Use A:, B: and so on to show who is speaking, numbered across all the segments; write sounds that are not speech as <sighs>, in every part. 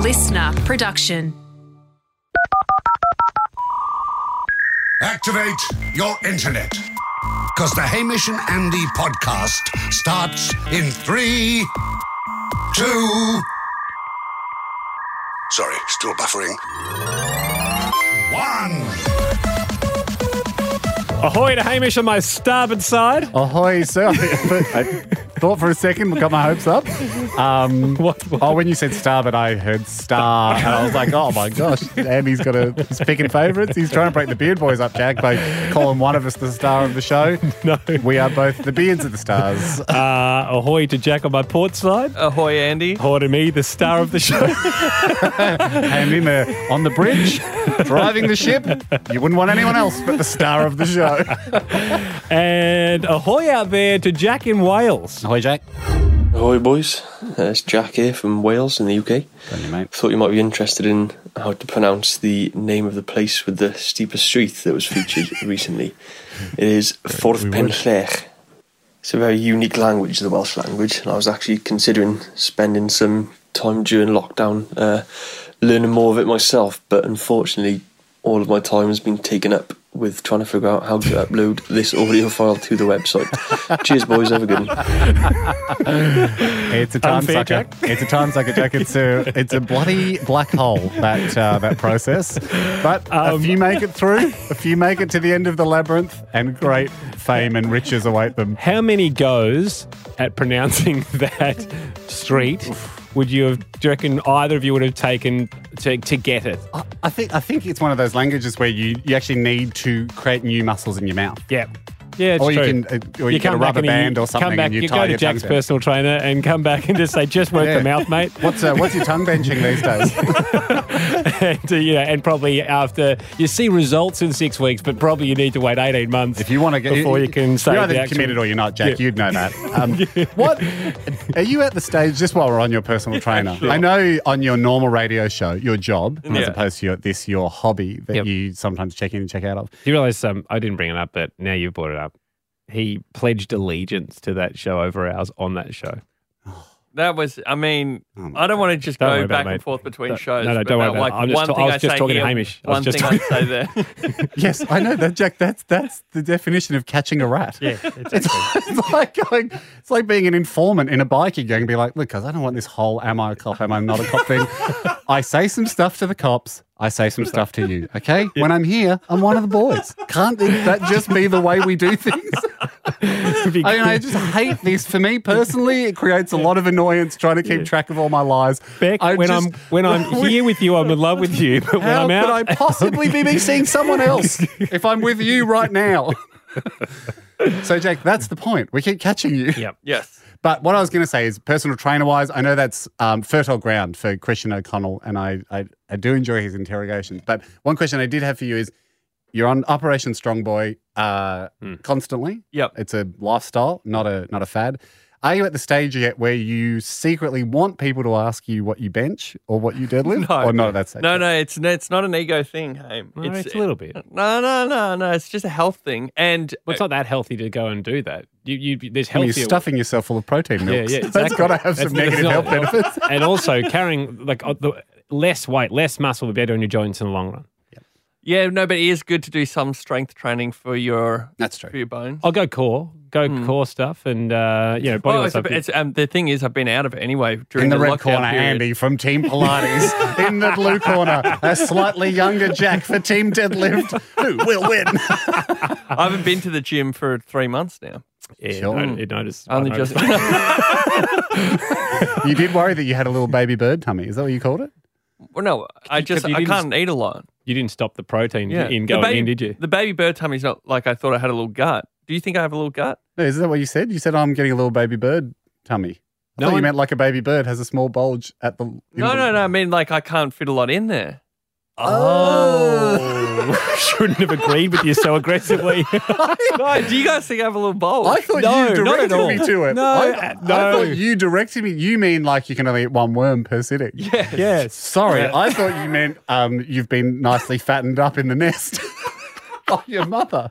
A: listener production.
B: Activate your internet. Because the Hamish and Andy podcast starts in three, two. Sorry, still buffering. One.
C: Ahoy to Hamish on my starboard side.
D: Ahoy, sir. I thought for a second, got my hopes up. Um,
C: What- what?
D: Oh, when you said star, but I heard star. And I was like, oh my gosh, Andy's got a, he's picking favourites. He's trying to break the Beard Boys up, Jack, by calling one of us the star of the show. No. We are both the Beards of the Stars.
C: Uh, ahoy to Jack on my port side.
E: Ahoy, Andy.
C: Ahoy to me, the star of the show.
D: <laughs> Andy Mir on the bridge, driving the ship. You wouldn't want anyone else but the star of the show.
C: and ahoy out there to Jack in Wales.
D: Ahoy, Jack.
E: Ahoy, boys. Uh, it's Jack here from Wales in the UK. Thought you might be interested in how to pronounce the name of the place with the steepest street that was featured recently. It is Forth Penllech. It's a very unique language, the Welsh language, and I was actually considering spending some time during lockdown uh, learning more of it myself, but unfortunately, all of my time has been taken up with trying to figure out how to upload this audio file to the website. Cheers, boys. Have a good one.
D: It's a time
C: Unfair,
D: sucker.
C: Jack.
D: It's a time sucker, Jack. It's a it's a bloody black hole that uh, that process. But a
C: Um,
D: few make it through, a few make it to the end of the labyrinth, and great fame and riches await them.
C: How many goes at pronouncing <laughs> that street would you have, do you reckon either of you would have taken to, to get it?
D: I- I think I think it's one of those languages where you, you actually need to create new muscles in your mouth.
C: Yeah. Yeah, it's
D: Or you
C: true.
D: can- uh, or you get
C: come
D: a
C: back
D: rubber
C: and you
D: band
C: Come
D: or something
C: back,
D: and you
C: you,
D: tie
C: go to
D: your tongue
C: Jack's
D: down.
C: personal trainer and come back and just say, just work the
D: <laughs> Yeah.
C: mouth, mate.
D: What's uh, what's your tongue benching these days?
C: <laughs> and, uh, you know, and probably after you see results in six weeks, but probably you need to wait eighteen months
D: If you want to get
C: before you, can say
D: you're
C: the
D: either
C: actual-
D: committed or you're not, Jack.
C: Yeah.
D: You'd
C: <laughs>
D: know that. Um, What are you at the stage? Just while we're on
C: <laughs>
D: your personal trainer, I know on your normal radio show, your job as
E: Yeah.
D: opposed to your, this your hobby that
C: Yep.
D: you sometimes check in and check out of.
C: Do you realize um, I didn't bring it up, but now you've brought it up. He pledged allegiance to that show over ours on that show. <laughs>
F: That was, I mean,
D: my
F: I don't want to just
C: Oh Don't worry
F: go
C: about it,
F: back and
C: mate.
F: forth between
C: Don't-
F: shows.
C: no, no,
F: but
C: don't worry
F: that,
C: about it. I'm just
F: one
C: ta- I
F: thing
C: was just
F: say
C: talking to
F: here,
C: Hamish. I was
F: One
C: just
F: thing I say there.
C: <laughs>
F: <laughs>
D: Yes, I know that, Jack. That's that's the definition of catching a rat. Yeah, <laughs> it's, it's like going. It's like being an informant in a bikie gang. and Be like, look, guys, I don't want this whole "am I a cop? Am I not a cop?" thing. I say some stuff to the cops. I say some stuff to you. Okay, when I'm here, I'm one of the boys. Can't that just be the way we
C: <laughs>
D: do things? I mean, I just hate this. For me personally, it creates a lot of annoyance trying to keep track of all my lies.
C: Beck,
D: I
C: when
D: just-
C: I'm when
D: <laughs>
C: I'm here with you, I'm in love with you. But when
D: how
C: I'm out, <laughs>
D: could I possibly be me seeing someone else if I'm with you right now? <laughs> so, Jack, that's the point. We keep catching you.
C: Yep.
F: Yes.
D: But what I was going to say is, personal trainer wise, I know that's um, fertile ground for Christian O'Connell, and I, I, I do enjoy his interrogations. But one question I did have for you is you're on Operation Strong Boy uh,
C: Hmm.
D: constantly.
F: Yep.
D: It's a lifestyle, not a not a fad. Are you at the stage yet where you secretly want people to ask you what you bench or what you
C: <laughs>
D: deadlift,
F: No.
D: or not at that stage?
F: No, no, it's it's not an ego thing, Ham.
C: No, it's a little bit.
F: No, no, no, no. It's just a health thing. And
C: Well, it's not that healthy to go and do that. You, you there's
D: Well,
C: healthier
D: You're stuffing yourself full of protein milks.
C: Yeah, yeah,
D: <laughs> That's
C: exactly.
D: got to have some
C: That's-
D: negative
C: that's
D: health
C: not-
D: benefits.
C: <laughs> and also carrying like uh, the less weight, less muscle, the better on your joints in the long run.
F: yeah, no, but it is good to do some strength training for your
D: That's
F: for your bones.
C: I'll go core, go
D: Hmm.
C: core stuff, and uh, you know, Oh, body
F: Well,
C: weight
F: it's,
C: stuff.
F: it's, um, the thing is, I've been out of it anyway during
D: In the,
F: the,
D: red
F: lockdown
D: corner,
F: period.
D: Andy from Team
C: <laughs>
D: Pilates. In the blue corner, a slightly younger Jack for Team Deadlift, who will win.
F: I haven't been to the gym for three months now.
C: yeah,
D: Sure.
C: no, it noticed.
F: Only
C: I <laughs>
F: just <laughs>
C: noticed.
D: You did worry that you had a little baby bird tummy. Is that what you called it?
F: well, no, I just
C: you
F: I
C: didn't-
F: can't eat a lot.
C: you didn't stop the protein in
F: the
C: going
F: baby,
C: in, did you?
F: The baby bird tummy's not like I thought I had a little gut. Do you think I have a little gut?
D: No, is that what you said? You said, I'm getting a little baby bird tummy. I
C: No,
D: thought you
C: I'm-
D: meant like a baby bird has a small bulge at the. in
F: No,
D: the-
F: no, no. I mean, like I can't fit a lot in there.
C: Oh, <laughs> shouldn't have agreed with you so
D: <laughs>
C: aggressively.
F: No, do you guys think I have a little bulge?
D: I thought
C: No,
D: you
C: not at
D: directed
C: all.
D: me to it.
C: No,
D: I, I
C: uh, no.
D: thought you directed me. You mean like you can only eat one worm per sitting?
F: Yes.
C: yes.
D: Sorry, I thought you meant um, you've been nicely fattened up in the nest. <laughs> Oh, your mother.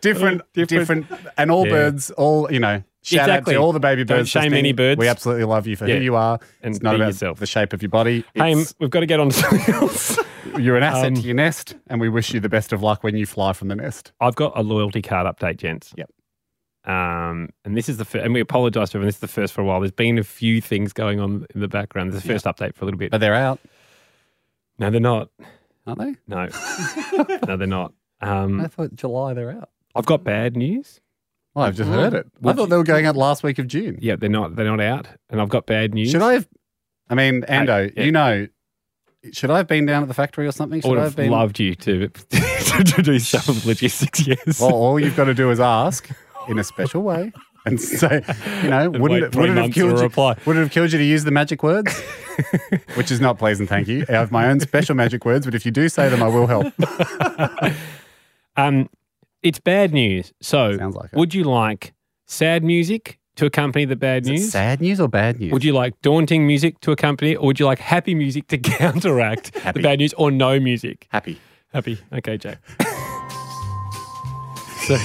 D: Different, different,
C: <laughs> Different.
D: and all
C: Yeah.
D: birds, all, you know, Shout
C: Exactly.
D: out to all the baby
C: Don't
D: birds.
C: shame
D: listening.
C: any birds.
D: We absolutely love you for
C: Yeah.
D: who you are.
C: And
D: it's not
C: be
D: about
C: yourself.
D: the shape of your body.
C: Hey,
D: It's-
C: we've got to get on to something else.
D: you're an asset
C: um,
D: to your nest, and we wish you the best of luck when you fly from the nest.
C: I've got a loyalty card update, gents.
D: Yep.
C: Um, and this is the first, and we apologise to everyone. This is the first for a while. There's been a few things going on in the background. There's the first update for a little bit.
D: But they're out,
C: no, they're not.
D: aren't they? <laughs>
C: No, no, they're not. Um,
D: thought July they're out.
C: I've got bad news.
D: Well, I've just heard it. I
C: Oh, Would
D: thought
C: you-
D: they were going out last week of June.
C: Yeah, they're not. They're not out. And I've got bad news.
D: Should I have? I mean, Ando,
C: yeah.
D: you know, should I have been down at the factory or something?
C: I
D: Should
C: would
D: I
C: have
D: have been?
C: loved you to, <laughs> to, to do some logistics. Yes.
D: <laughs> Well, all you've got to do is ask in a special way and say, you know,
C: <laughs> And
D: wouldn't
C: wait
D: it,
C: three
D: would it have
C: months for a
D: killed you?
C: reply.
D: Would it have killed you to use the magic words?
C: <laughs>
D: Which is not pleasant, thank you. I have my own special magic words, but if you do say them, I will help.
C: Um, it's bad news. So,
D: Sounds like it.
C: would you like sad music to accompany the bad
D: Is it
C: <laughs> news?
D: sad news or bad news?
C: Would you like daunting music to accompany, or would you like happy music to <laughs> counteract
D: Happy.
C: the bad news, or no music?
D: happy?
C: Happy. Okay, Jack. so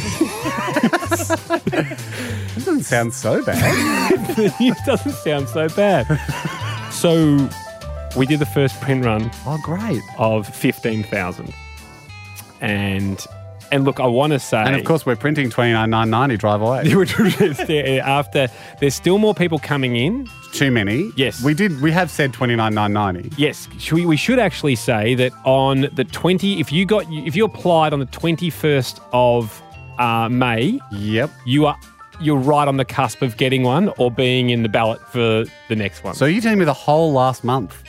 D: This doesn't sound so bad.
C: <laughs> the news doesn't sound so
D: <laughs>
C: bad. So we did the first print run
D: oh, great.
C: of fifteen thousand, and and look, I want to say,
D: And
C: <laughs>
D: of course, we're printing 29990 drive away.
C: after there's still more people coming in.
D: Too many.
C: Yes.
D: We did. We have said 29990.
C: Yes, should we, we should actually say that on the 20, if you got, if you applied on the 21st of uh, May,
D: Yep.
C: you are, you're right on the cusp of getting one or being in the ballot for the next one.
D: So you telling me the whole last month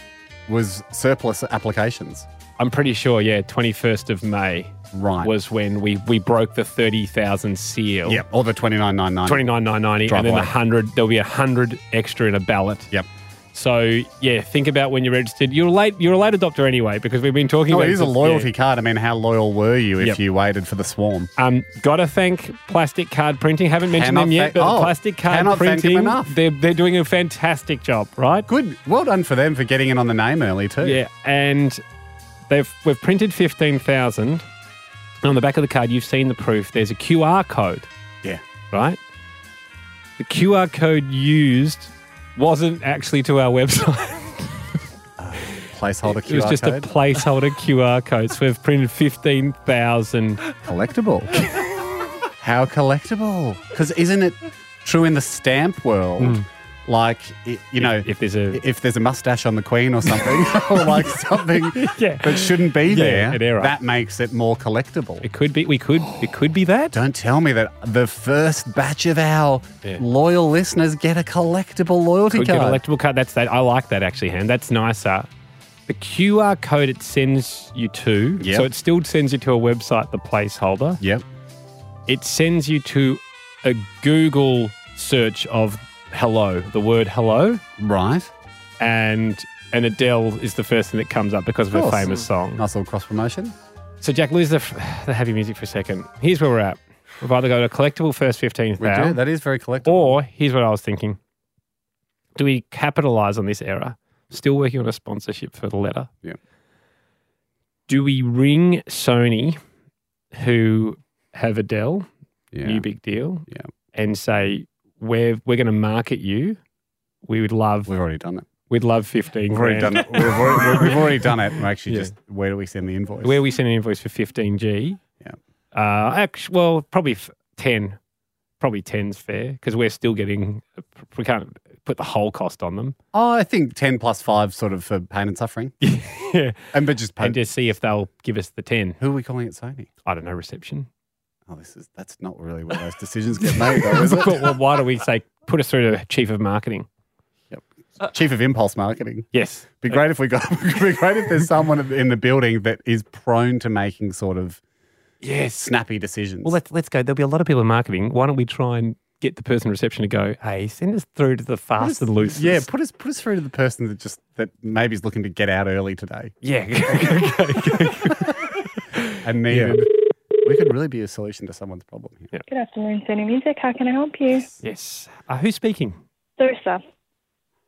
D: was surplus applications?
C: I'm pretty sure, yeah, 21st of May
D: Right.
C: was when we, we broke the 30,000 seal.
D: Yep. Or the 29990.
C: 29,990
D: Drive
C: and then the
D: away.
C: 100, there'll be a 100 extra in a ballot.
D: Yep.
C: So, yeah, think about when you're registered. You're late, you're a late adopter anyway because we've been talking
D: No,
C: about
D: it is Oh, a
C: this-
D: loyalty
C: yeah.
D: card. I mean, how loyal were you if
C: Yep.
D: you waited for the swarm?
C: Um, gotta thank Plastic Card Printing. Haven't mentioned
D: Cannot
C: them yet,
D: thank-
C: but
D: oh,
C: Plastic Card
D: cannot thank them
C: Printing,
D: enough.
C: they're, they're doing a fantastic job, right?
D: Good. Well done for them for getting in on the name early, too.
C: Yeah, and they've we've printed 15,000. And on the back of the card, you've seen the proof. There's a QR code,
D: Yeah.
C: right? The QR code used wasn't actually to our <laughs> website.
D: Placeholder QR
C: it was just
D: code.
C: a placeholder QR code. So we've printed 15,000. <laughs>
D: collectible. how collectible? Because isn't it true in the stamp world? Like, i you know,
C: Hmm. if there's a-
D: if there's a mustache on the Queen or something, <laughs> or like something
C: <laughs> Yeah.
D: that shouldn't be
C: Yeah,
D: there,
C: they're right.
D: that makes it more collectible.
C: It could be, we could, it could be that.
D: Don't tell me that the first batch of our
C: Yeah.
D: loyal listeners get a collectible loyalty
C: Could get
D: card.
C: an electable card. That's that. I like that actually, Ham. That's nicer. The QR code it sends you to,
D: Yep.
C: so it still sends you to a website, the placeholder.
D: yep.
C: It sends you to a Google search of hello, the word hello,
D: Right.
C: and and Adele is the first thing that comes up because of,
D: Of
C: her
D: course.
C: famous song.
D: Nice little cross promotion.
C: So Jack, lose the, f- the heavy music for a second. Here's where we're at. We've either got a collectible first fifteen
D: We do.
C: thousand,
D: That is very collectible.
C: or here's what I was thinking: Do we capitalize on this error? Still working on a sponsorship for the letter.
D: Yeah.
C: do we ring Sony, who have Adele,
D: Yeah.
C: new big deal,
D: Yeah.
C: and say we're we're going to market you. We would love
D: We've already done it.
C: we'd love fifteen.
D: We've already
C: grand.
D: done it. We've already, we've already done it. We're actually
C: Yeah.
D: just where do we send the
C: <laughs>
D: invoice?
C: Where we send an invoice for fifteen g.
D: Yeah.
C: Uh, actually, well, probably f- ten. Probably 10's fair because we're still getting. We can't put the whole cost on
D: <laughs>
C: them.
D: oh, I think ten plus five, sort of for pain and suffering,
C: yeah.
D: and but just pain.
C: And just see if they'll give us the ten.
D: Who are we calling it Sony?
C: I don't know reception.
D: Oh, this is that's not really where those decisions get made, though, is
C: but, <laughs>
D: it?
C: well, why don't we say put us through to chief of marketing?
D: Chief of Impulse Marketing.
C: Yes.
D: Be great if we got. <laughs> Be great
C: <laughs>
D: if there's someone in the building that is prone to making sort of
C: Yes.
D: snappy decisions.
C: Well, let's, let's go. There'll be a lot of people in marketing. Why don't we try and get the person in reception to go, hey, send us through to the fast and loose.
D: yeah, put us put us through to the person that just that maybe is looking to get out early today <laughs>
C: Yeah. Okay, okay.
D: and needed. We could really be a solution to someone's problem here.
A: Good afternoon, Sony Music. How can I help you?
C: yes. Uh, who's speaking?
A: Thursa.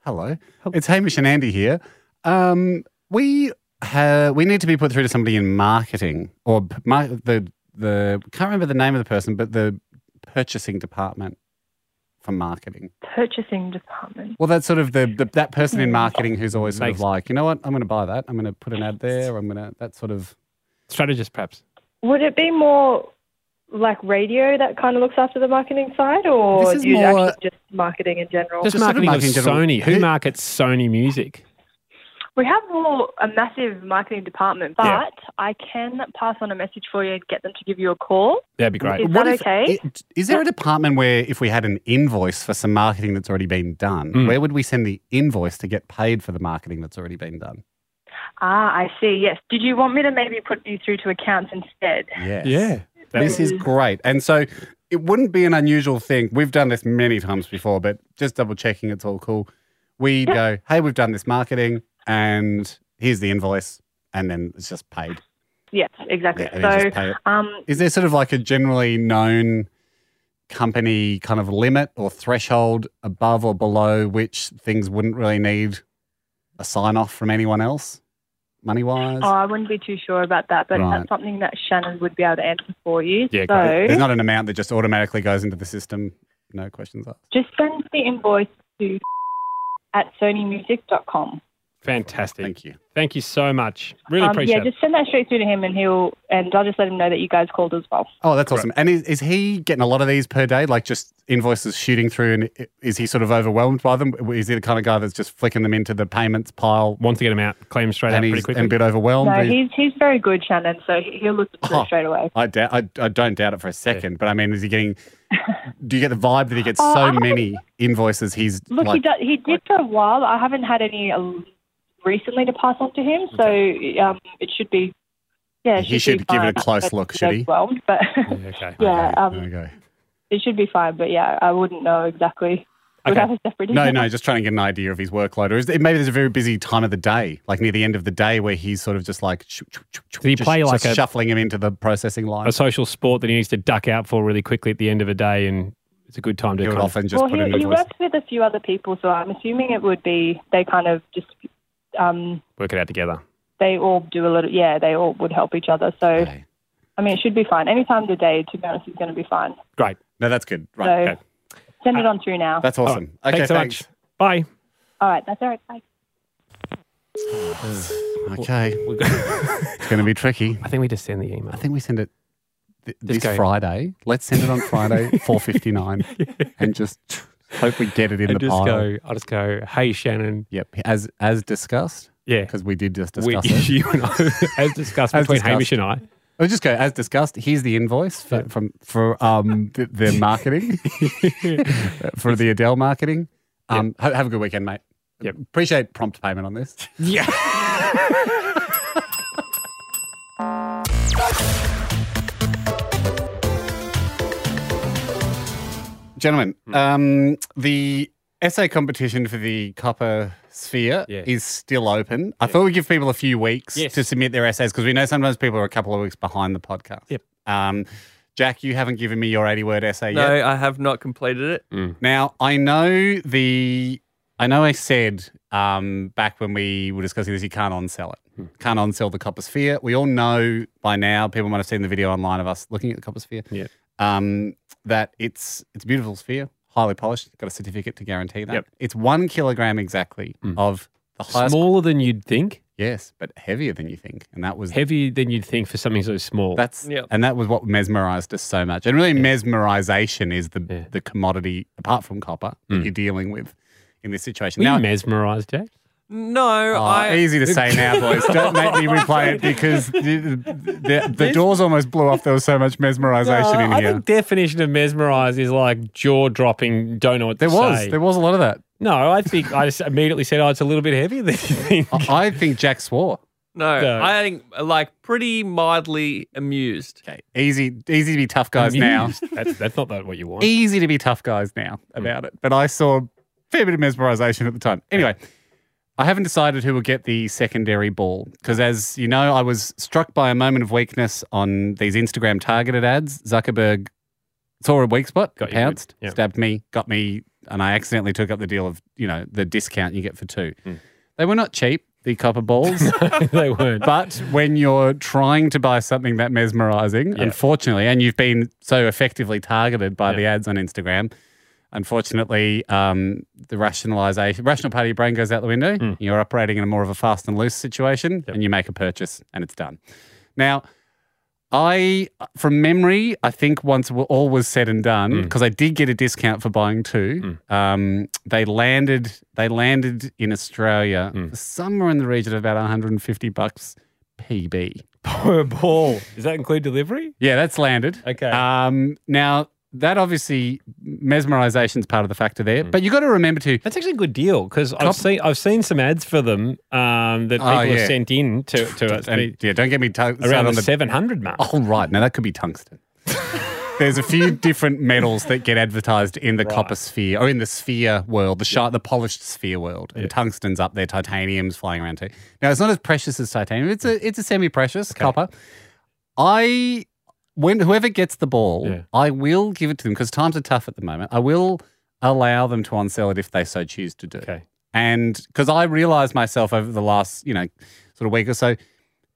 D: Hello. It's Hamish and Andy here. Um, we ha- we need to be put through to somebody in marketing or p- mar- the the can't remember the name of the person, but the purchasing department for marketing?
A: Purchasing department.
D: Well, that's sort of the, the that person in marketing who's always sort
C: Makes-
D: of like, you know what, I'm going to buy that. I'm going to put an ad there. I'm going to that sort of.
C: Strategist, perhaps.
A: Would it be more like radio that kind of looks after the marketing side, or
D: This is
A: you
D: more-
A: actually just marketing in general?
C: Just,
D: Just Oh, sort of
C: marketing of
D: marketing in general.
C: Sony. Who
D: Who-
C: markets Sony music?
A: we have more a massive marketing department, but
C: Yeah.
A: I can pass on a message for you and get them to give you a call.
C: That'd be great.
A: Is that
D: if-
A: okay?
D: it- Is there a department where if we had an invoice for some marketing that's already been done,
C: Mm.
D: where would we send the invoice to get paid for the marketing that's already been done?
A: Ah, I see. Yes. Did you want me to maybe put you through to accounts instead?
D: Yes.
C: That
D: this
C: would-
D: is great. And so it wouldn't be an unusual thing. We've done this many times before, but just double checking it's all cool. We go, hey, we've done this marketing and here's the invoice. And then it's just paid.
A: Yes, exactly.
D: Yeah, and then
A: so,
D: just pay it.
A: um,
D: Is there sort of like a generally known company kind of limit or threshold above or below which things wouldn't really need a sign off from anyone else, money wise?
A: oh, I wouldn't be too sure about that, but
D: Right.
A: that's something that Shannon would be able to answer for you.
C: Yeah,
A: so,
C: great.
D: There's not an amount that just automatically goes into the system, no questions asked.
A: just send the invoice to at sonymusic.com.
C: fantastic.
D: Thank you.
C: Thank you so much. Really
A: um,
C: appreciate
A: yeah, just send that straight through to him, and he'll and I'll just let him know that you guys called as well.
D: Oh, that's awesome. And is, is he getting a lot of these per day? Like just invoices shooting through, and i- is he sort of overwhelmed by them? Is he the kind of guy that's just flicking them into the payments pile
C: it. Want to get him out, claim him straight out
D: and
C: pretty
D: he's
C: quickly.
D: and a bit overwhelmed?
A: No,
D: He-
A: he's he's very good, Shannon. So he- he'll look into
D: Oh.
A: it straight away.
D: I, doubt, I, I don't doubt it for a second, but I mean, is he
A: <laughs>
D: getting, do you get the vibe that he gets
A: Oh,
D: so
A: I don't-
D: many invoices? He's
A: Look, he
D: like,
A: does, he did for a while. I haven't had any um, recently to pass on to him, so um, it should be. Yeah, it
D: He should
A: be
D: give it a
A: fine.
D: close
A: But
D: look,
A: he's
D: should he?
A: overwhelmed, but
C: Yeah, okay.
A: yeah,
D: Okay,
A: um,
D: there we go.
A: <laughs> it should be fine. But yeah, I wouldn't know exactly. We'd
C: Okay.
A: have a separate
D: No,
A: email.
D: no, just trying to get an idea of his workload. Or is it, maybe there's a very busy time of the day, like near the end of the day, where he's sort of just like, shoo, shoo, shoo, shoo,
C: Did he
D: just-
C: play like
D: just
C: a-
D: shuffling him into the processing line?
C: A social sport that he needs to duck out for really quickly at the end of a day, and it's a good time to
D: He would
C: kind of-
D: often just
A: well,
D: put an
A: he, he
D: invoice.
A: works with a few other people, so I'm assuming it would be they kind of just um,
C: work it out together.
A: they all do a little. Yeah, they all would help each other. So
D: Okay.
A: I mean, it should be fine. Any time of the day, to be honest, is going to be fine.
C: Great.
D: No, that's good.
A: So
D: Right.
C: okay.
A: send it on through now.
D: Uh, That's
C: All right.
D: awesome. Okay,
C: thanks so much. Bye.
A: all right, that's all right. Bye.
D: much. Okay.
C: We've got-
D: It's going to be tricky.
C: I think we just send the email.
D: I think we send it th- this
C: go.
D: Friday. Let's send it on
C: <laughs>
D: Friday, 4.59, and just hope we get it in
C: and
D: the
C: just
D: pile.
C: go. I'll just go. Hey, Shannon.
D: Yep. As as discussed,
C: Yeah.
D: because we did just
C: We,
D: discuss it.
C: <laughs> you and I, as discussed
D: <laughs> As
C: between
D: discussed.
C: Hamish and I.
D: I'll just go as discussed. Here's the invoice for, from for um the,
C: <laughs>
D: the marketing for the Adele marketing. Um, ha- have a good weekend, mate.
C: Yep.
D: Appreciate prompt payment on this.
C: Yeah. <laughs>
D: Gentlemen,
C: Hmm.
D: um, the essay competition for the Copper Sphere
C: Yeah.
D: is still open. I thought we'd give people a few weeks
C: Yes.
D: to submit their essays because we know sometimes people are a couple of weeks behind the podcast.
C: Yep.
D: Um, Jack, you haven't given me your 80 word essay yet.
F: No, I have not completed it.
C: Mm.
D: Now I know the I know I said um, back when we were discussing this, you can't onsell
C: Hmm.
D: it. Can't onsell the copper sphere. We all know by now, people might have seen the video online of us looking at the copper sphere.
C: Yeah.
D: Um, that it's it's a beautiful sphere, highly polished, got a certificate to guarantee that.
C: Yep. Hmm.
D: It's one kilogram exactly of the highest
C: Smaller than you'd think.
D: Yes, but heavier than you think. And that was
C: Heavier than you'd think for something so small.
D: that's
F: Yep.
D: and that was what mesmerized us so much. And really, mesmerization is the
C: Yeah.
D: the commodity apart from copper that you're dealing with in this situation.
C: Were
D: Now,
C: you mesmerised, Jack?
F: No,
D: Oh,
F: I.
D: easy to say now, boys. Don't make me replay it because the, the, the, the doors almost blew off. There was so much mesmerization in
C: I
D: here.
C: think definition of mesmerised is like jaw dropping. Don't know what
D: there
C: to
D: was
C: say.
D: there was a lot of that.
C: No, I think I just immediately said, "Oh, it's a little bit heavier than you think."
D: I I think Jack swore.
F: No,
C: No.
F: I think like pretty mildly
C: <laughs>
F: amused.
D: Okay, easy easy to be tough guys now.
C: Amused. <laughs> That's, that's not that what you want. Hmm.
D: easy to be tough guys now about it, but I saw a fair bit of mesmerization at the time. Anyway, I haven't decided who will get the secondary ball because, as you know, I was struck by a moment of weakness on these Instagram targeted ads. Zuckerberg saw a weak spot,
C: Got you good.
D: pounced,
C: Yeah.
D: stabbed me, got me, and I accidentally took up the deal of you know the discount you get for two.
C: Hmm.
D: They were not cheap. The copper balls.
C: <laughs> they <laughs> weren't.
D: But when you're trying to buy something that mesmerizing, unfortunately, and you've been so effectively targeted by the ads on Instagram, Unfortunately, um, the rationalization, rational part of your brain goes out the window. You're operating in a more of a fast and loose situation, and you make a purchase, and it's done. Now, I, from memory, I think once wa- all was said and
C: Mm.
D: done, because I did get a discount for buying two. Um, they landed. They landed in Australia
C: Mm.
D: somewhere in the region of about 150 bucks PB.
C: Per ball. Does that include delivery?
D: Yeah, that's landed.
C: Okay.
D: Um, now that obviously mesmerization's part of the factor
C: Mm.
D: there, but you got to remember to
C: That's actually a good deal because I've seen I've seen some ads for them um, that people
D: Oh, yeah.
C: have sent in to, to us
D: and, yeah, don't get me to-
C: around
D: started
C: the,
D: on the
C: 700 mark.
D: Oh, right. Now that could be
C: <laughs>
D: tungsten. There's a few different metals that get advertised in the copper sphere or in the sphere world, the shi- the polished sphere world. And tungsten's up there, titanium's flying around too. Now it's not as precious as titanium. It's
C: Mm.
D: a it's a semi-precious copper. I when whoever gets the ball,
C: Yeah.
D: I will give it to them because times are tough at the moment. I will allow them to unsell it if they so choose to do.
C: Okay.
D: And because I realized myself over the last, you know, sort of week or so,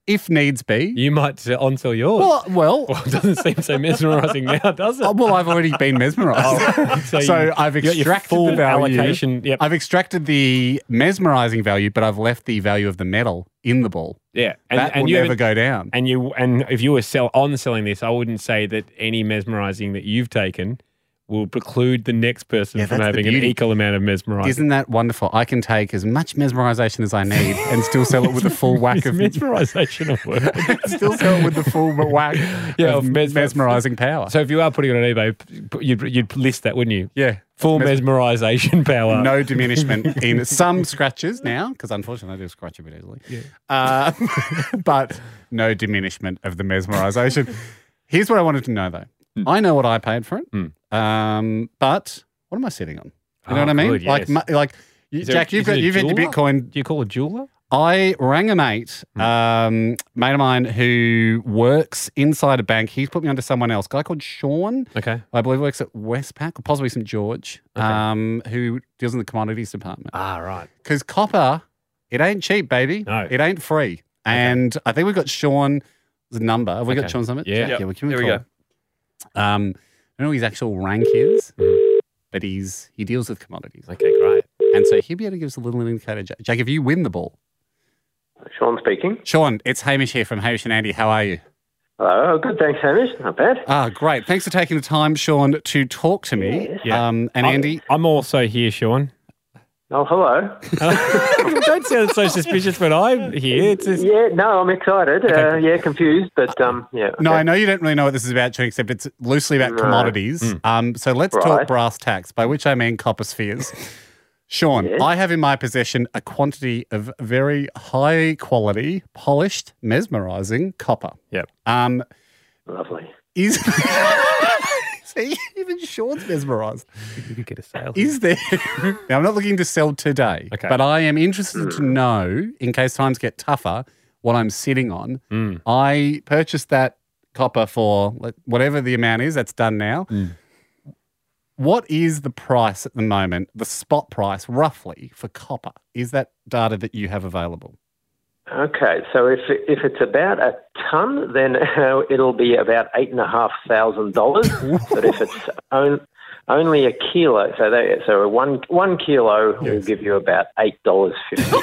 D: if needs be,
C: You might uh, onsell yours.
D: well, well,
C: Well, it doesn't seem so mesmerising <laughs> now, does it?
D: <laughs> Oh, well, I've already been mesmerized.
C: <laughs>
D: so
C: you-
D: I've
C: you Oh, got your
D: extracted
C: full
D: the value.
C: allocation. Yep.
D: I've extracted the mesmerizing value, but I've left the value of the metal in the ball.
C: yeah, and,
D: that
C: and
D: will
C: you
D: never
C: haven't-
D: go down.
C: And you and if you were sell on selling this, I wouldn't say that any mesmerising that you've taken will preclude the next person
D: Yeah,
C: from
D: that's the
C: having an
D: beauty.
C: equal amount of mesmerising.
D: Isn't that wonderful? I can take as much mesmerization as I need and still sell it with the
C: <laughs>
D: full whack
C: Is
D: of
C: mesmerisation a word?
D: <laughs> still sell it with the full whack
C: Yeah,
D: of
C: of mesmer-
D: mesmerizing power.
C: so if you are putting it on eBay, p- p- you'd, you'd list that, wouldn't you?
D: yeah,
C: Full mesmerisation power. <laughs>
D: no diminishment in some scratches now, because unfortunately I do scratch a bit easily. Uh, <laughs> but no diminishment of the mesmerization. Here's what I wanted to know though.
C: Hmm.
D: I know what I paid for it, um, but what am I sitting on? You know
C: Oh,
D: what I mean?
C: good,
D: Like,
C: yes.
D: mu- like you-
C: Is there-
D: Jack, you've
C: is it
D: got
C: a
D: you've into
C: jeweler? Hmm.
D: Bitcoin.
C: Do you call a jeweler?
D: I rang a mate, um, mate of mine who works inside a bank. He's put me onto someone else, a guy called Sean.
C: Okay.
D: I believe works at Westpac or possibly St George, um, who deals in the commodities department.
C: Ah, right.
D: Because copper, it ain't cheap, baby.
C: No.
D: It ain't free. And I think we've got Sean's number. Have we got
C: Okay.
D: Sean's number?
C: Yeah.
D: Yeah, we can
F: There we
D: call. Um, I don't know what his actual rank is, but he's he deals with commodities.
C: Okay, great.
D: And so he'll be able to give us a little indicator. Jack, Jack, if you win the ball.
G: Sean speaking.
D: Sean, it's Hamish here from Hamish and Andy. How are you?
G: Hello, Oh, good, thanks, Hamish. Not bad.
D: Ah, great. Thanks for taking the time, Sean, to talk to me.
C: Yeah.
D: Um, and Andy,
C: I'm also here,
D: <laughs>
C: Sean. <laughs>
G: Oh, hello.
C: Don't sound so suspicious when I'm here. It's just,
G: Yeah, no, I'm excited. Uh, yeah, confused, but um, yeah.
D: No,
G: okay.
D: I know you don't really know what this is about, Sean, except it's loosely about commodities. Um, so let's talk
G: Hmm. Right.
D: brass tacks, by which I mean copper spheres. <laughs> Sean, I have in my possession a quantity of very high quality, polished, mesmerizing copper.
C: Yep.
D: Um,
G: Lovely.
D: is <laughs> see even Sean's mesmerized.
C: you could get a sale. <laughs>
D: Is there? now I'm not looking to sell today,
C: Okay.
D: but I am interested
G: Mm.
D: to know, in case times get tougher, what I'm sitting on.
C: Mm.
D: I purchased that copper for like, whatever the amount is. That's done now.
G: Mm.
D: What is the price at the moment? The spot price, roughly, for copper? Is that data that you have available? <laughs>
G: Okay, so if if it's about a ton, then uh, it'll be about eight and a half thousand dollars. But if it's on, only a kilo, so they, so a one one kilo will give you about eight dollars fifty.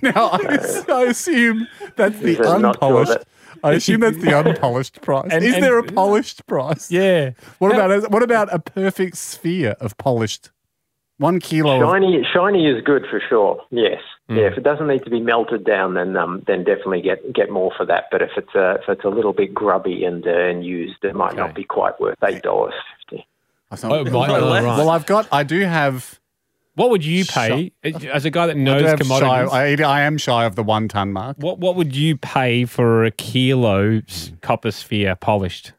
D: Now
G: <laughs>
D: I, I assume that's the
G: Is it not sure
D: unpolished.
G: that-
D: I assume that's
G: <laughs>
D: the unpolished price.
C: And-
D: is
C: and-
D: there a polished price?
C: yeah.
D: What about what about a perfect sphere of polished one kilo? of-
G: Shiny, shiny is good for sure. Yes,
D: Hmm.
G: yeah. If it doesn't need to be melted down, then um, then definitely get get more for that. But if it's a if it's a little bit grubby and uh, and used, it might not be quite worth eight dollars fifty.
D: I thought-
C: Oh, right, oh, right.
D: Well, I've got. I do have.
C: What would you pay as a guy that
D: I, do
C: knows
D: have shy,
C: commodities?
D: I, I am shy of the one ton mark.
C: what what would you pay for a kilo s- copper sphere polished?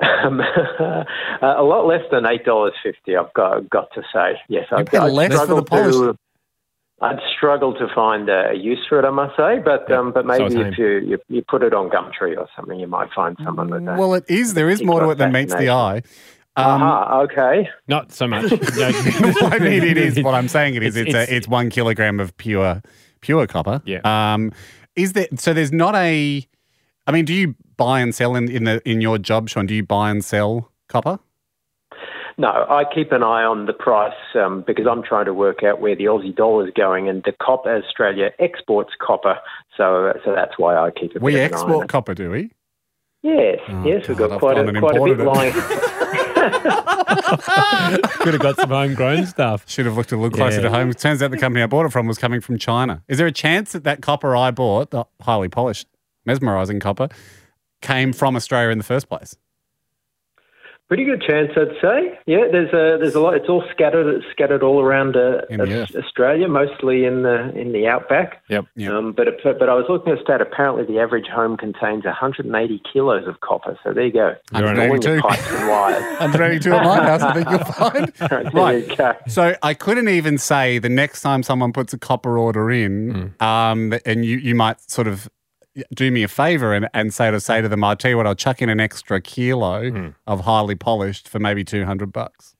G: Um, <laughs> a lot less than eight dollars fifty. I've got got to say yes. I've,
D: pay
G: I'd
D: less for the
G: struggle to. I'd struggle to find a use for it, I must say. But um, but
C: So
G: maybe
C: same.
G: if you, you you put it on Gumtree or something, you might find someone with that.
D: Mm, Well, it is. There is more to it than meets the eye. <laughs> Um,
G: Aha, okay.
C: Not so
D: <laughs>
C: much. No.
D: I mean, it is
C: <laughs>
D: what I'm saying. It is. It's
C: It's-
D: it's,
C: it's-
D: a, it's one kilogram of pure pure copper.
C: Yeah.
D: Um, is there? So there's not a. I mean, do you buy and sell in in, the, in your job, Sean? Do you buy and sell copper?
G: No, I keep an eye on the price um, because I'm trying to work out where the Aussie dollar is going, and the copper Australia exports copper, so so that's why I keep a
D: We
G: bit of an eye on
D: export
G: it.
D: copper, do we?
G: Yes, yes, we've
D: Oh, God,
G: got
D: I've
G: quite
D: gone
G: a
D: and
G: quite a bit
D: imported it. <laughs>
G: lying.
C: Could have got some homegrown stuff.
D: Should have looked a little closer
C: Yeah.
D: to home. Turns out the company I bought it from was coming from China. Is there a chance that that copper I bought, the highly polished, mesmerizing copper, came from Australia in the first place?
G: Pretty good chance, I'd say. Yeah, there's a there's a lot. It's all scattered. It's scattered all around uh,
D: In the earth.
G: Australia, mostly in the in the outback.
C: Yep.
D: Yep.
G: Um, but it, but I was looking at a stat. Apparently, the average home contains 180 kilos of copper. So there you go.
D: You're on
G: All
D: 82.
G: your pipes
D: <laughs>
G: and wires. <laughs>
D: I'm ready to at my house. I think you'll find.
G: There you
D: <laughs> Right.
G: go.
D: So I couldn't even say the next time someone puts a copper order in, um, and you, you might sort of do me a favor and, and say to say to them, I tell you what, I'll chuck in an extra kilo of highly polished for maybe two hundred bucks.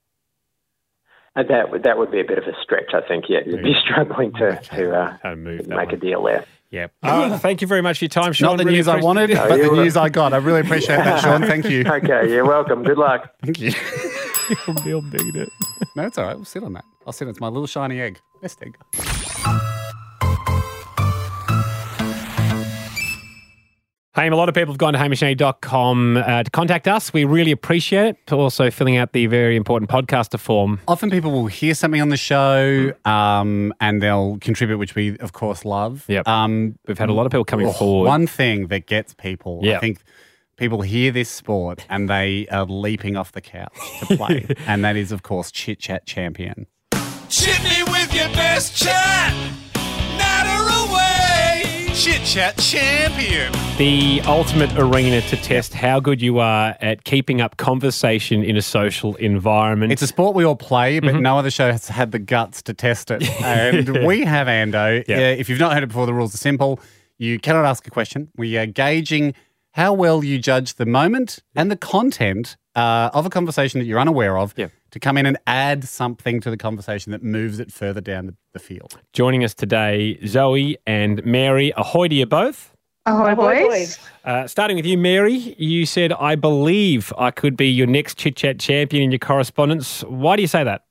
G: And Uh, that would- that would be a bit of a stretch, I think. Yeah, you'd be <laughs> struggling to to uh,
C: How to move that
G: make a
C: one.
G: deal
C: <laughs>
G: there.
C: Yep. All right, thank you very much for your time, Sean.
D: Not the
C: Really
D: news I
C: appreciate-
D: wanted, but the
G: you were-
D: news I got. I really appreciate that, Sean. Thank you.
G: Okay, you're welcome. Good luck.
D: Thank you.
C: <laughs> Bill bigged it.
D: No, it's all right. We'll sit on that. I'll sit on it. It's my little shiny egg. Nest egg.
C: Hey, a lot of people have gone to hamishney.com uh, to contact us. We really appreciate it. Also, filling out the very important podcaster form.
D: Often people will hear something on the show
C: Mm.
D: um, and they'll contribute, which we, of course, love.
C: Yep.
D: Um,
C: We've had a lot of people coming
D: oh,
C: forward.
D: One thing that gets people, I
C: Yep.
D: think people hear this sport and they are leaping off the couch to play.
C: <laughs>
D: and that is, of course, Chit Chat Champion.
H: Chit me with your best chat. Natter away. Chit chat champion.
C: The ultimate arena to test how good you are at keeping up conversation in a social environment.
D: It's a sport we all play,
C: Mm-hmm.
D: but no other show has had the guts to
C: <laughs>
D: test it. And we have Ando.
C: Yeah.
D: Uh, if you've not heard it before, the rules are simple. You cannot ask a question. We are gauging how well you judge the moment and the content uh, of a conversation that you're unaware of
C: Yeah.
D: to come in and add something to the conversation that moves it further down the, the field.
C: Joining us today, Zoe and Mary. Ahoy to you both.
I: Ahoy, boys.
C: Uh, starting with you, Mary, you said, I believe I could be your next chit chat champion in your correspondence. Why do you say that?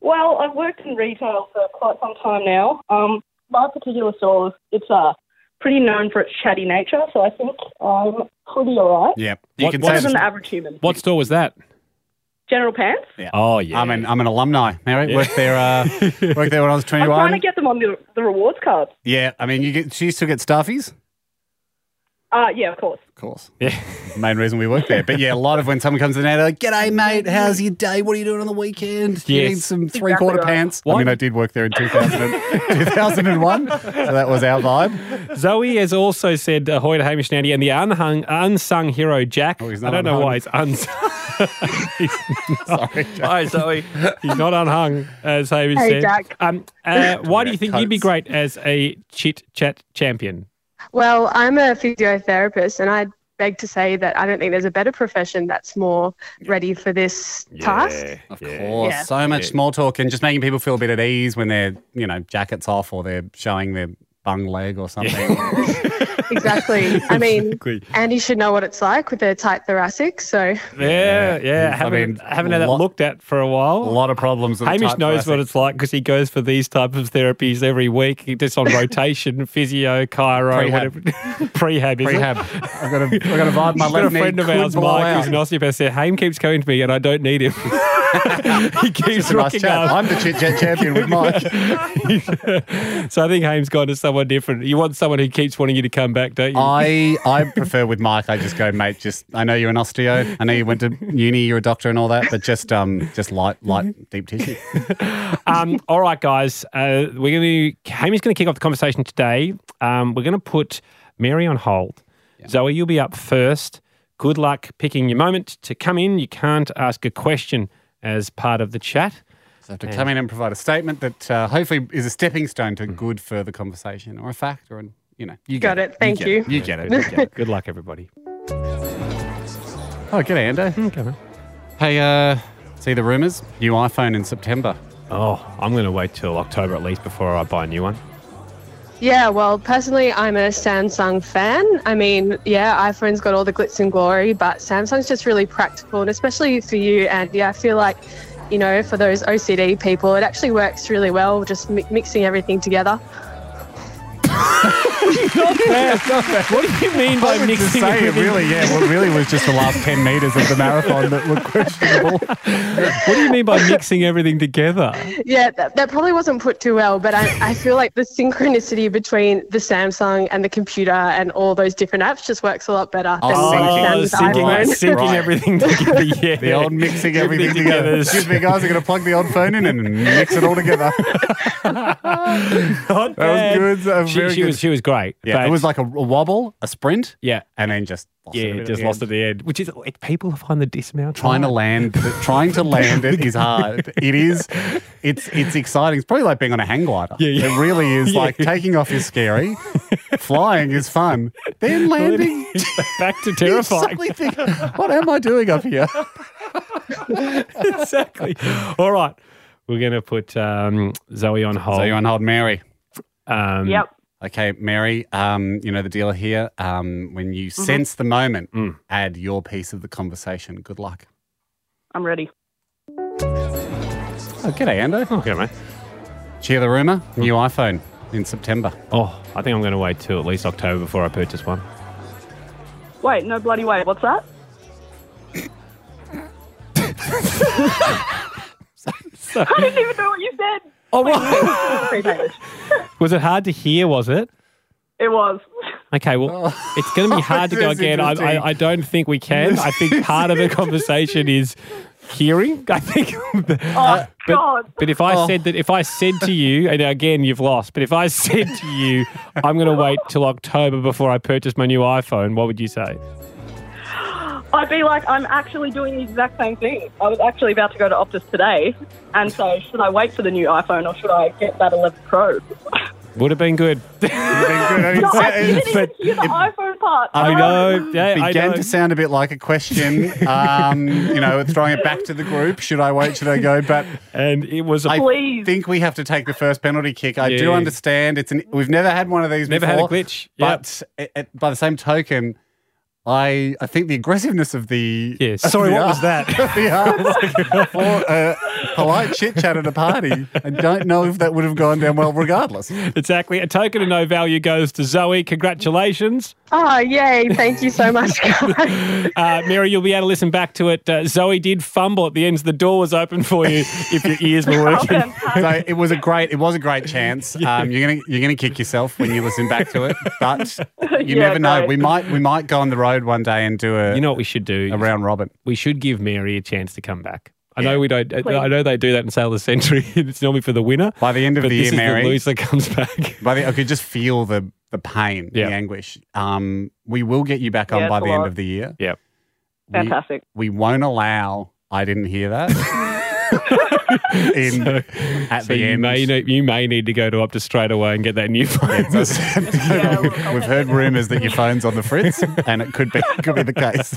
A: Well, I've worked in retail for quite some time now. Um, my particular store, it's uh, pretty known for its chatty nature, so I think I'm pretty all right.
D: Yeah.
C: What-
D: you can
C: what
D: say
C: is
A: Better than
D: this-
A: the average human.
C: What store was that?
A: General Pants.
C: Oh, yeah.
D: I'm, an, I'm an alumni, Mary. Worked,
C: <laughs>
D: there, uh, worked there when I was
A: I'm
D: 21.
A: trying to get them on the, the rewards cards.
D: yeah. I mean, you get, she still get stuffies.
A: Uh, yeah, of course.
D: Of course.
C: Yeah.
D: main reason we work there. But yeah, a lot of when someone comes in and they're like, G'day, mate. How's your day? What are you doing on the weekend? Do You
C: Yes.
D: need some three quarter
A: right.
D: pants. I
C: Why-
D: mean, I did work there in 2000 and- <laughs> 2001. So that was our
C: <laughs>
D: vibe.
C: Zoe has also said uh, ahoy to Hamish Nandy and the unhung, unsung hero Jack.
D: he's
C: I
D: not
C: don't know
D: unhung.
C: why it's unsung. <laughs>
D: Sorry.
F: Hi, Zoe.
C: He's not unhung, as Hamish
I: Hey,
C: said.
I: Jack.
C: Um, uh, why do you think you'd be
D: Coates.
C: great as a chit chat champion?
I: Well, I'm a physiotherapist, and I beg to say that I don't think there's a better profession that's more ready for this
C: <laughs>
I: task.
D: Of course.
I: Yeah.
D: Oh, So much small talk and just making people feel a bit at ease when they're, you know, jackets off or they're showing their bung leg or something.
I: Exactly. I mean, Andy should know what it's like with a tight thoracic. So,
C: Yeah, yeah.
D: I
C: Haven't,
D: mean,
C: haven't had that
D: lot-
C: looked at for a while.
D: a lot of problems. with the
C: Hamish
D: tight
C: knows what
D: thoracic.
C: it's like because he goes for these type of therapies every week. He just
D: <laughs>
C: on rotation, physio, chiro,
D: Prehab.
C: whatever. <laughs> prehab, is
D: Rehab. <laughs> I've got a, I've got a vibe. My
C: I've got a
D: left knee
C: friend of
D: could
C: ours,
D: blow
C: Mike,
D: out.
C: who's an osteopath, said, Haim keeps coming to me and I don't need
D: <laughs>
C: him. <laughs> he keeps
D: It's a nice
C: rocking
D: chat.
C: <laughs> up.
D: I'm the chit chat champion with <laughs> Mike.
C: so I think Haim's gone to someone different. You want someone who keeps wanting you to come back, don't you?
D: <laughs> I I prefer with Mike. I just go, mate. Just I know you're an osteo. I know you went to uni. You're a doctor and all that. But just um, just light light deep tissue. <laughs>
C: um, all right, guys. Uh, we're going to Hamie's going to kick off the conversation today. Um, we're going to put Mary on hold. Zoe, you'll be up first. Good luck picking your moment to come in. You can't ask a question as part of the chat.
D: So to come in and provide a statement that uh, hopefully is a stepping stone to good further conversation or a fact or an you know you
I: Got
D: get
I: it. Thank
D: get
I: you.
D: It. You get it. You get it.
C: Good luck, everybody.
D: Oh, good
I: Mm.
D: Ando.
C: Okay. man.
D: Hey, uh, see the rumors. New iPhone in September. <laughs>
C: Oh, I'm going to wait till October at least before I buy a new one.
I: Yeah, well, personally, I'm a Samsung fan. I mean, yeah, iPhone's got all the glitz and glory, but Samsung's just really practical, and especially for you, Andy, I feel like, you know, for those OCD people, it actually works really well, just mi- mixing everything together.
C: Not bad, not bad. What do you mean by
D: I would just
C: mixing
D: say it
C: everything?
D: really, yeah, what really was just the last 10 meters of the marathon that were <laughs> questionable.
C: What do you mean
D: <laughs>
C: by mixing everything together?
I: Yeah, that, that probably wasn't put too well, but I, I feel like the synchronicity between the Samsung and the computer and all those different apps just works a lot better
D: Oh,
I: than Sam's
D: syncing.
C: syncing,
I: iPhone.
D: Right.
C: syncing
D: Right.
C: everything together. Yeah.
D: The old mixing everything
C: Everything
D: together.
C: together.
D: Excuse me, guys, I'm going to plug the old phone in and mix it all <laughs> together.
C: <laughs> Not
D: That was
C: bad.
D: good. That was
C: She,
D: very
C: she
D: good.
C: was she was great.
D: Yeah,
C: but-
D: it was like a, a wobble, a sprint,
C: yeah.
D: and then just lost it a
C: Yeah,
D: bit at
C: just
D: the
C: lost
D: end.
C: at the end, which is like, people find the dismount
D: Trying to
C: hard.
D: land, <laughs> the- trying to land it is hard. <laughs> It is, it's it's exciting. It's probably like being on a hang glider.
C: Yeah, yeah.
D: It really
C: <laughs>
D: is.
C: Yeah.
D: Like taking off is scary, flying is fun.
C: <laughs>
D: Then <laughs> landing,
C: back
D: <laughs>
C: to
D: you
C: terrifying. Oh.
D: suddenly think, what am I doing up here?
C: <laughs> exactly. All right, we're gonna put um, Zoe on hold.
D: So you're on hold, Mary.
C: Um,
A: Yep.
D: Okay, Mary, um, you know the deal here. Um, when you sense the moment,
C: Mm-hmm. Mm.
D: add your piece of the conversation. Good luck.
A: I'm ready.
D: Oh, g'day, Ando.
C: Okay, mate.
D: Cheer the rumor. New iPhone in September.
C: Oh, I think I'm going to wait till at least October before I purchase one.
A: Wait, no bloody way. What's that? I didn't even know what you said.
C: Oh, right.
A: Sorry, Hamish.
C: <laughs> was it hard to hear? Was it?
A: It was.
C: Okay, well,
D: Oh.
C: it's going
D: <laughs>
C: to be hard to go
D: This is
C: again. I,
D: interesting.
C: I, I don't think we can. I
D: <laughs>
C: think part of the conversation is hearing. I think. <laughs>
A: Oh, God.
C: But if I
D: Oh.
C: said that, if I said to you, and again, you've lost. But if I said to you, I'm going to wait till October before I purchase my new iPhone, what would you say?
A: I'd be like, I'm actually doing the exact same thing. I was actually about to go to Optus today and say, should I wait for the new iPhone or should I get that 11 Pro?
C: Would have been good.
A: No, I didn't even hear the
D: It
A: iPhone part. Oh,
C: I know. Yeah, I
D: <laughs> began
C: know.
D: to sound a bit like a question. Um, you know, throwing it back to the group. Should I wait? Should I go? But
C: And it was a
D: I
A: Please.
D: think we have to take the first penalty kick. I do
C: Yeah.
D: understand. It's an we've never had one of these.
C: Never had a
D: before,
C: glitch. Yep.
D: But it- it- by the same token, I I think the aggressiveness of the
C: Yeah,
D: of
C: sorry,
D: the
C: what
D: ar- <laughs>
C: was that?
D: of the arms <laughs> for a polite chit chat at a party. I don't know if that would have gone down well, regardless.
C: Exactly. A token of no value goes to Zoe. Congratulations.
I: Oh, yay. Thank you so much, guys.
C: Uh, Mary, you'll be able to listen back to it. Uh, Zoe did fumble at the end. The door was open for you if your ears were working.
D: So it was a great it was a great
A: <laughs>
D: chance. Um, you're gonna you're gonna kick yourself when you listen back to it,
A: <laughs>
D: but you
A: Yeah,
D: never know.
A: great.
D: We might we might go on the road one day and do a
C: You know what we should do?
D: a round robin.
C: We should give Mary a chance to come back. I know we don't. I know they do that in Sale of the Century. <laughs> It's normally for the winner.
D: By the end of
C: But
D: the
C: this
D: year,
C: is
D: Mary.
C: the loser comes back.
D: But I, think I could just feel the the pain,
C: Yeah.
D: the anguish. Um, we will get you back on
A: Yeah,
D: by
A: it's
D: the
A: a
D: end
A: lot.
D: of the year.
C: Yep.
D: We-
A: Fantastic.
D: We, won't allow. I didn't hear
A: <laughs>
D: that. <laughs> <laughs> In
C: So-
D: at
C: so
D: the
C: you
D: end.
C: may need, you may need to go to Optus straight away and get that new <laughs> phone.
D: It's us- <laughs>
A: Yeah, look, I'll
D: We've heard rumours that your phone's on the
C: <laughs>
D: fritz, and it could be could be the case.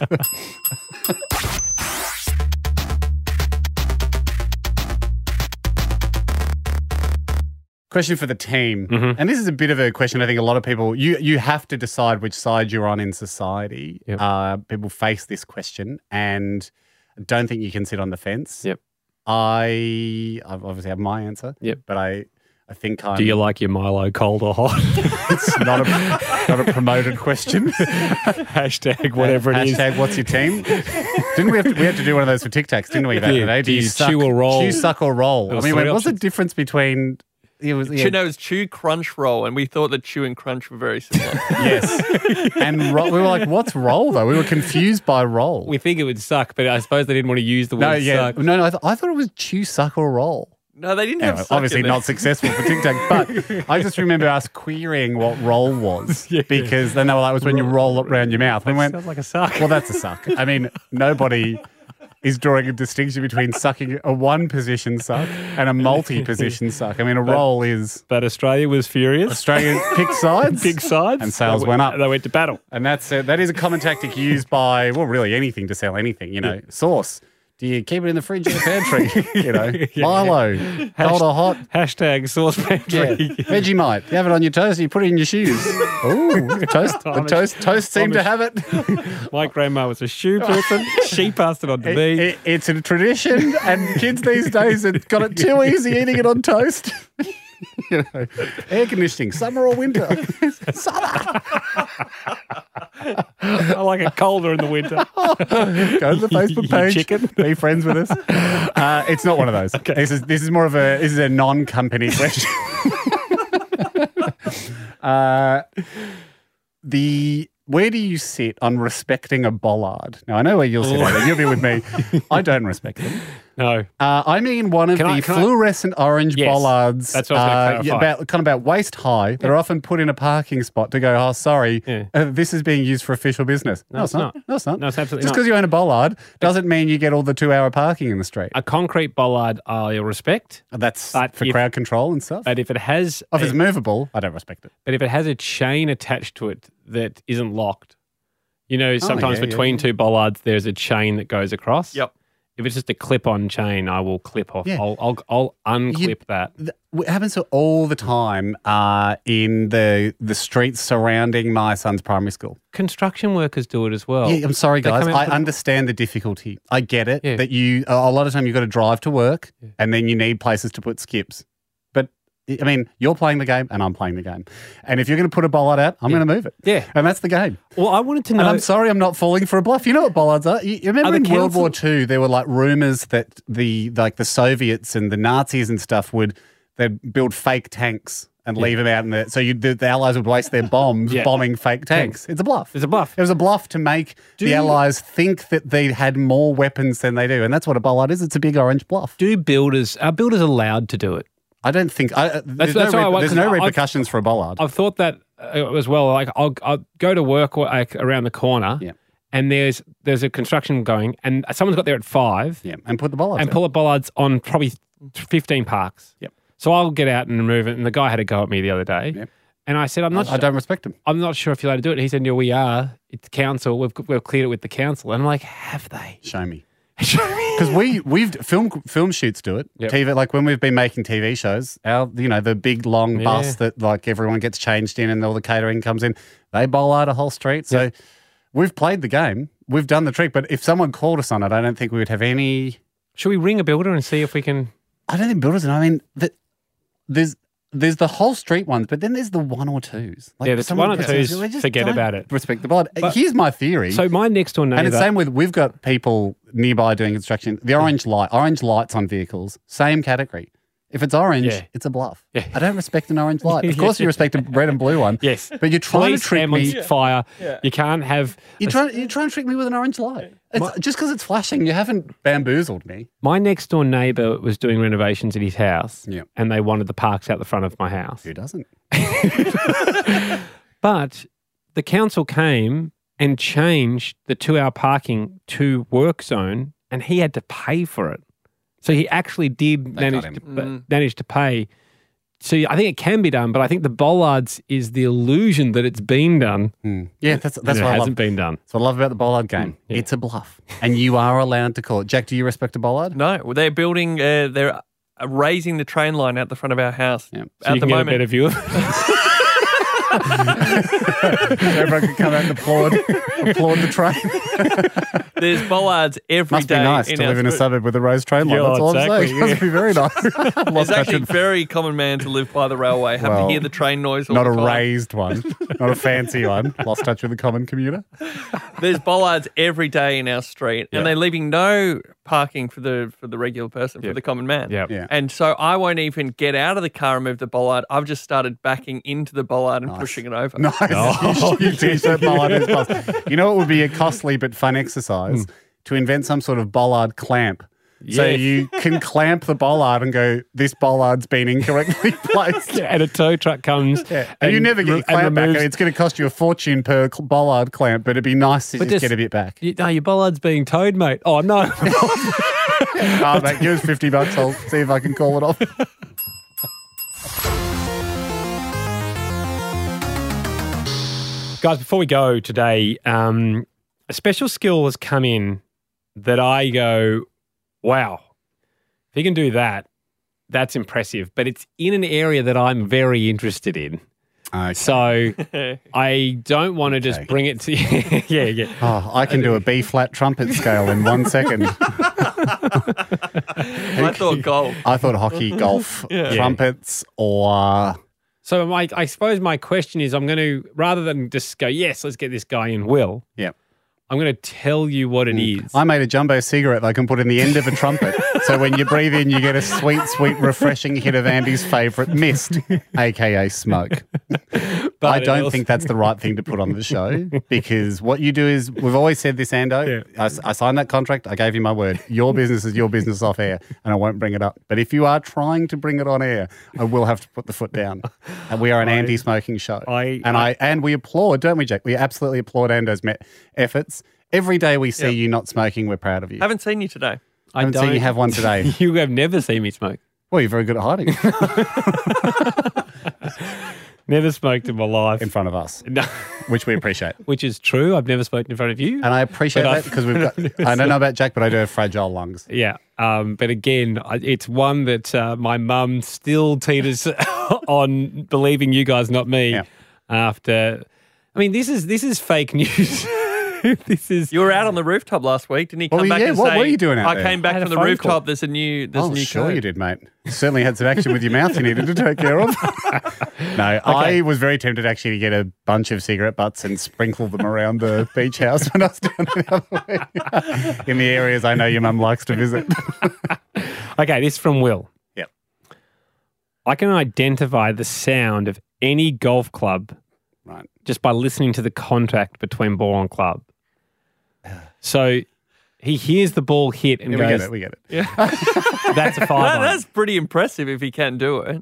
D: Question for the team,
C: Mhm.
D: and this is a bit of a question. I think a lot of people you you have to decide which side you're on in society.
C: Yep.
D: Uh, people face this question, and I don't think you can sit on the fence.
C: Yep.
D: I I obviously have my answer.
C: Yep.
D: but I I think I'm
C: do you like your Milo cold or hot?
D: <laughs> it's not a not a promoted question.
C: Hashtag whatever it is.
D: Hashtag what's your team? Didn't we have to, we had to do one of those for Tic Tacs, didn't we? That
C: Yeah.
D: today?
C: Do you chew or roll?
D: Chew, suck or roll.
C: There
D: I
C: was
D: mean,
C: three
D: wait, what's the
C: options.
D: difference between it was yeah,
F: Chew, no, it was chew, crunch, roll, and we thought that chew and crunch were
C: <laughs>
F: very similar.
D: yes and roll? We were like, what's roll though? We were confused by roll.
C: We think it would suck, but I suppose they didn't want to use the word
D: no, yeah,
C: suck.
D: no, no. I, th- I thought it was chew, suck or roll.
F: no, they didn't
D: Anyway,
F: have. suck in
D: obviously
F: there.
D: not successful for Tic Tac, but I just remember us querying what roll was
C: <laughs> Yeah.
D: because then they were like, it was when you roll it around your mouth. We went,
C: Sounds like a suck.
D: Well, that's a suck. I mean, nobody is drawing a distinction between sucking a one position suck and a multi position suck. I mean, a roll is
C: But Australia was furious.
D: Australian <laughs> pick sides. uh,
C: Big sides.
D: And sales
C: They
D: went up.
C: They went to battle.
D: And that's a, that is a common tactic used by well, really anything to sell anything. You know, sauce. Do you keep it in the fridge or the <laughs> pantry? you know, Milo, cold or hot?
C: Hashtag sauce
D: Yeah,
C: pantry.
D: Vegemite. You have it on your toast. You put it in your shoes. <laughs> Ooh, toast. The
C: I'm a-
D: toast. Toast seemed to
C: I'm a-
D: have
C: <laughs>
D: it.
C: My grandma was a shoe person. she passed it on to
D: It-
C: me.
D: it- It's a tradition, and kids these days have got it too easy eating it on toast. <laughs> you know, air conditioning, summer or <laughs> winter.
C: I like it colder in the winter.
D: Go to the Facebook
C: You
D: page.
C: chicken.
D: <laughs> Be friends with us. Uh, it's not one of those. This is this is more of a this is a <laughs> non-company question. uh, the where do you sit on respecting a bollard? Now I know where you'll sit. Adam. You'll be with me. <laughs> I don't respect them.
C: <laughs> No.
D: Uh, I mean one of
C: Can
D: the
C: I- can I-
D: fluorescent orange
C: Yes.
D: bollards.
C: That's what I was gonna
D: uh, yeah,
C: clarify.
D: about, kind of about waist high. That are often put in a parking spot to go. Oh, sorry,
C: Yeah.
D: uh, this is being used for official business. No, it's, not. No, it's not.
C: No, it's absolutely
D: Just
C: not.
D: because you own a bollard doesn't mean you get all the two-hour parking in the street.
C: A concrete bollard I respect,
D: That's
C: But
D: for
C: if-
D: crowd control and stuff.
C: but if it has
D: If it's
C: a-
D: movable, I don't respect it.
C: but if it has a chain attached to it that isn't locked, you know, sometimes
D: Oh, yeah, yeah,
C: between two bollards there's a chain that goes across.
F: Yep.
C: If it's just a clip-on chain, I will clip off.
D: Yeah.
C: I'll, I'll I'll unclip
D: You-
C: that.
D: Th- It happens to all the time uh, in the the streets surrounding my son's primary school.
C: Construction workers do it as well.
D: Yeah, I'm sorry,
C: Oh, They
D: guys.
C: come out
D: I
C: for the-
D: understand the difficulty. I get it
C: Yeah.
D: that you a lot of time you've got to drive to work, and then you need places to put skips. But I mean, you're playing the game, and I'm playing the game. And if you're going to put a bollard out, I'm going to move it.
C: Yeah.
D: and that's the game.
C: Well, I wanted to
D: And
C: know.
D: I'm sorry, I'm not falling for a bluff. You know what bollards are? You, you remember
C: Are the
D: in World War II, there were like rumors that the like the Soviets and the Nazis and stuff would they'd build fake tanks and leave them out in the so you the, the Allies would waste their
C: <laughs>
D: bombs
C: Yeah.
D: bombing fake tanks. It's a bluff.
C: It's a bluff.
D: It was a bluff to make the Allies think that they had more weapons than they do, and that's what a bollard is. It's a big orange bluff.
C: do builders are builders allowed to do it?
D: I don't think I, uh, there's,
C: that's why I
D: no,
C: want-
D: re- there's no
C: 'cause I- I've-
D: repercussions for a bollard.
C: I've thought that uh, as well. Like I'll, I'll go to work like around the corner,
D: Yeah.
C: and there's there's a construction going, and someone's got there at five,
D: yeah, and put the bollard.
C: and pull up bollards on probably fifteen parks.
D: Yep.
C: So I'll get out and remove it, and the guy had a go at me the other day,
D: Yep.
C: and I said, "I'm not,
D: I don't respect them.
C: I'm not sure if you're allowed to do it." And he said, "No, we are. It's council. We've we've cleared it with the council." And I'm like, "Have they?" <laughs>
D: Show me.
C: Show me.
D: Because we we've film film shoots do it.
C: Yep.
D: TV like when we've been making TV shows, our you know the big long
C: Yeah.
D: bus that like everyone gets changed in and all the catering comes in. They bowl out a whole street. So we've played the game. We've done the trick. But if someone called us on it, I don't think we would have any.
C: Should we ring a builder and see if we can?
D: I don't think builders. I mean, the, there's there's the whole street ones, but then there's the one or twos. Like
C: Yeah, there's
D: someone
C: one or
D: gets us,
C: twos,
D: "We just
C: forget
D: don't
C: about it."
D: Respect the bollard.
C: But-
D: Here's my theory.
C: So my next door neighbor.
D: And it's same with we've got people nearby doing construction. The orange light, orange lights on vehicles, same category. If it's orange,
C: Yeah.
D: it's a bluff.
C: Yeah.
D: I don't respect an
C: <laughs>
D: orange light. Of
C: Yeah.
D: course, you respect a red and blue one.
C: <laughs> Yes.
D: but you're trying
C: Police,
D: to trick me.
C: ambulance, fire. You can't have.
D: You're trying, you're trying to trick me with an orange light. It's, just because it's flashing, you haven't bamboozled me.
C: My next door neighbor was doing renovations at his house,
D: Yeah.
C: and they wanted the parks out the front of my house.
D: Who doesn't?
C: But the council came and changed the two hour parking to work zone, and he had to pay for it. So he actually did
D: They got
C: manage
D: him.
C: to, manage to pay. So I think it can be done, but I think the bollards is the illusion that it's been done.
D: Hmm. Yeah, that's
C: and
D: that's
C: it
D: what I
C: hasn't
D: love.
C: been done.
D: That's what I love about the bollard game.
C: yeah.
D: It's a bluff, and you are allowed to call it. Jack, do you respect a bollard?
F: No, well, they're building. Uh, they're uh, raising the train line out the front of our house.
D: Yeah.
C: So
F: at
C: you can
F: the
C: get a
F: moment,
C: better view of
D: <laughs> Everyone can come out and applaud, applaud the train.
F: there's bollards every day.
D: Must be nice
F: in
D: to
F: our
D: live in a
F: street.
D: suburb with a rose train line.
C: Yeah,
D: That's all I'm
C: exactly,
D: saying. <laughs> Must be very nice.
F: It's
D: Lost touch
F: actually
D: with-
F: very common man to live by the railway. Have
D: Well,
F: to hear the train noise. All
D: not
F: the
D: a
F: time.
D: raised one, not a fancy one. Lost touch with the common commuter. <laughs>
F: There's bollards every day in our street, and they're leaving no parking for the for the regular person, for the common man.
C: Yeah.
D: Yeah.
F: And so I won't even get out of the car and move the bollard. I've just started backing into the bollard and pushing it over.
D: Nice. <laughs> you teach that bollard is possible. You know what would be a costly but fun exercise? To invent some sort of bollard clamp. So
C: Yes.
D: you can clamp the bollard and go, this bollard's been incorrectly <laughs> placed.
C: Yeah, <laughs> and a tow truck comes.
D: <laughs> Yeah. And, you never get your
C: and
D: clamp back.
C: removes-
D: It's going to cost you a fortune per cl- bollard clamp, but it'd be nice to
C: But
D: just,
C: just-
D: get a bit back.
C: You, no, your bollard's being towed, mate. Oh
D: <laughs>
C: no!
D: Ah, mate, give us 50 bucks. I'll see if I can call it off.
C: Guys, before we go today, um, a special skill has come in that I go, Wow. If he can do that, that's impressive. But it's in an area that I'm very interested in.
D: <laughs>
C: So I don't want to just bring it to <laughs> yeah, yeah.
D: Oh, I can do a B flat trumpet scale in one second.
F: I thought golf.
D: I thought hockey, golf,
F: Yeah.
D: trumpets, or
C: So my, I suppose my question is, I'm going to rather than just go, yes, let's get this guy in. Will,
D: yeah.
C: I'm going to tell you what it is.
D: Hmm. I made a jumbo cigarette that I can put in the end of a trumpet. so when you breathe in, you get a sweet, sweet, refreshing hit of Andy's favorite mist, aka smoke.
C: But
D: I
C: it
D: don't
C: also-
D: think that's the right thing to put on the
C: <laughs>
D: show because what you do is we've always said this, Ando. I s I I signed that contract. I gave you my word. Your business is your business off air, and I won't bring it up. But if you are trying to bring it on air, I will have to put the foot down. And we are an anti-smoking show.
C: I-
D: and I, and we applaud, don't we, Jack? We absolutely applaud Ando's me- efforts. Every day we see
F: Yeah.
D: you not smoking, we're proud of you.
F: Haven't seen you today.
C: I
D: haven't seen you have
C: <laughs>
D: one today.
C: <laughs> you have never seen me smoke.
D: well, you're very good at hiding
C: Never smoked in my life. <laughs>
D: in front of us,
C: No,
D: which we appreciate.
C: which is true. I've never smoked in front of you.
D: And I appreciate
C: But I-
D: that
C: <laughs>
D: because we've got, I don't know about Jack, but I do have fragile lungs.
C: yeah. Um, but again, I- it's one that uh, my mum still teeters <laughs> on believing you guys, not me.
D: Yeah.
C: After, I mean, this is this is fake <laughs> news. this is
F: You were out on the rooftop last week, didn't he? Come
D: Well,
F: back
D: yeah,
F: and
D: what
F: say,
D: were you doing out
F: I
D: there?
F: came back
C: I had
F: from
C: a
F: the
C: phone
F: rooftop.
C: call.
F: There's a new. There's a
D: oh,
F: new
D: sure
F: code.
D: you did, mate. Certainly had some action with your mouth you needed to take care <laughs> of. no, I was very tempted actually to get a bunch of cigarette butts and sprinkle them around the beach house when I was down the other way <laughs> in the areas I know your mum likes to <laughs> visit.
C: Okay, this is from Will.
D: Yep.
C: I can identify the sound of any golf club
D: right.
C: just by listening to the contact between ball and
D: <sighs>
C: club. So he hears the ball hit and
D: Yeah, we get
C: goes,
D: it. We get it.
C: that's a five
D: <laughs>
F: That,
C: iron.
F: that's pretty impressive if he can do it.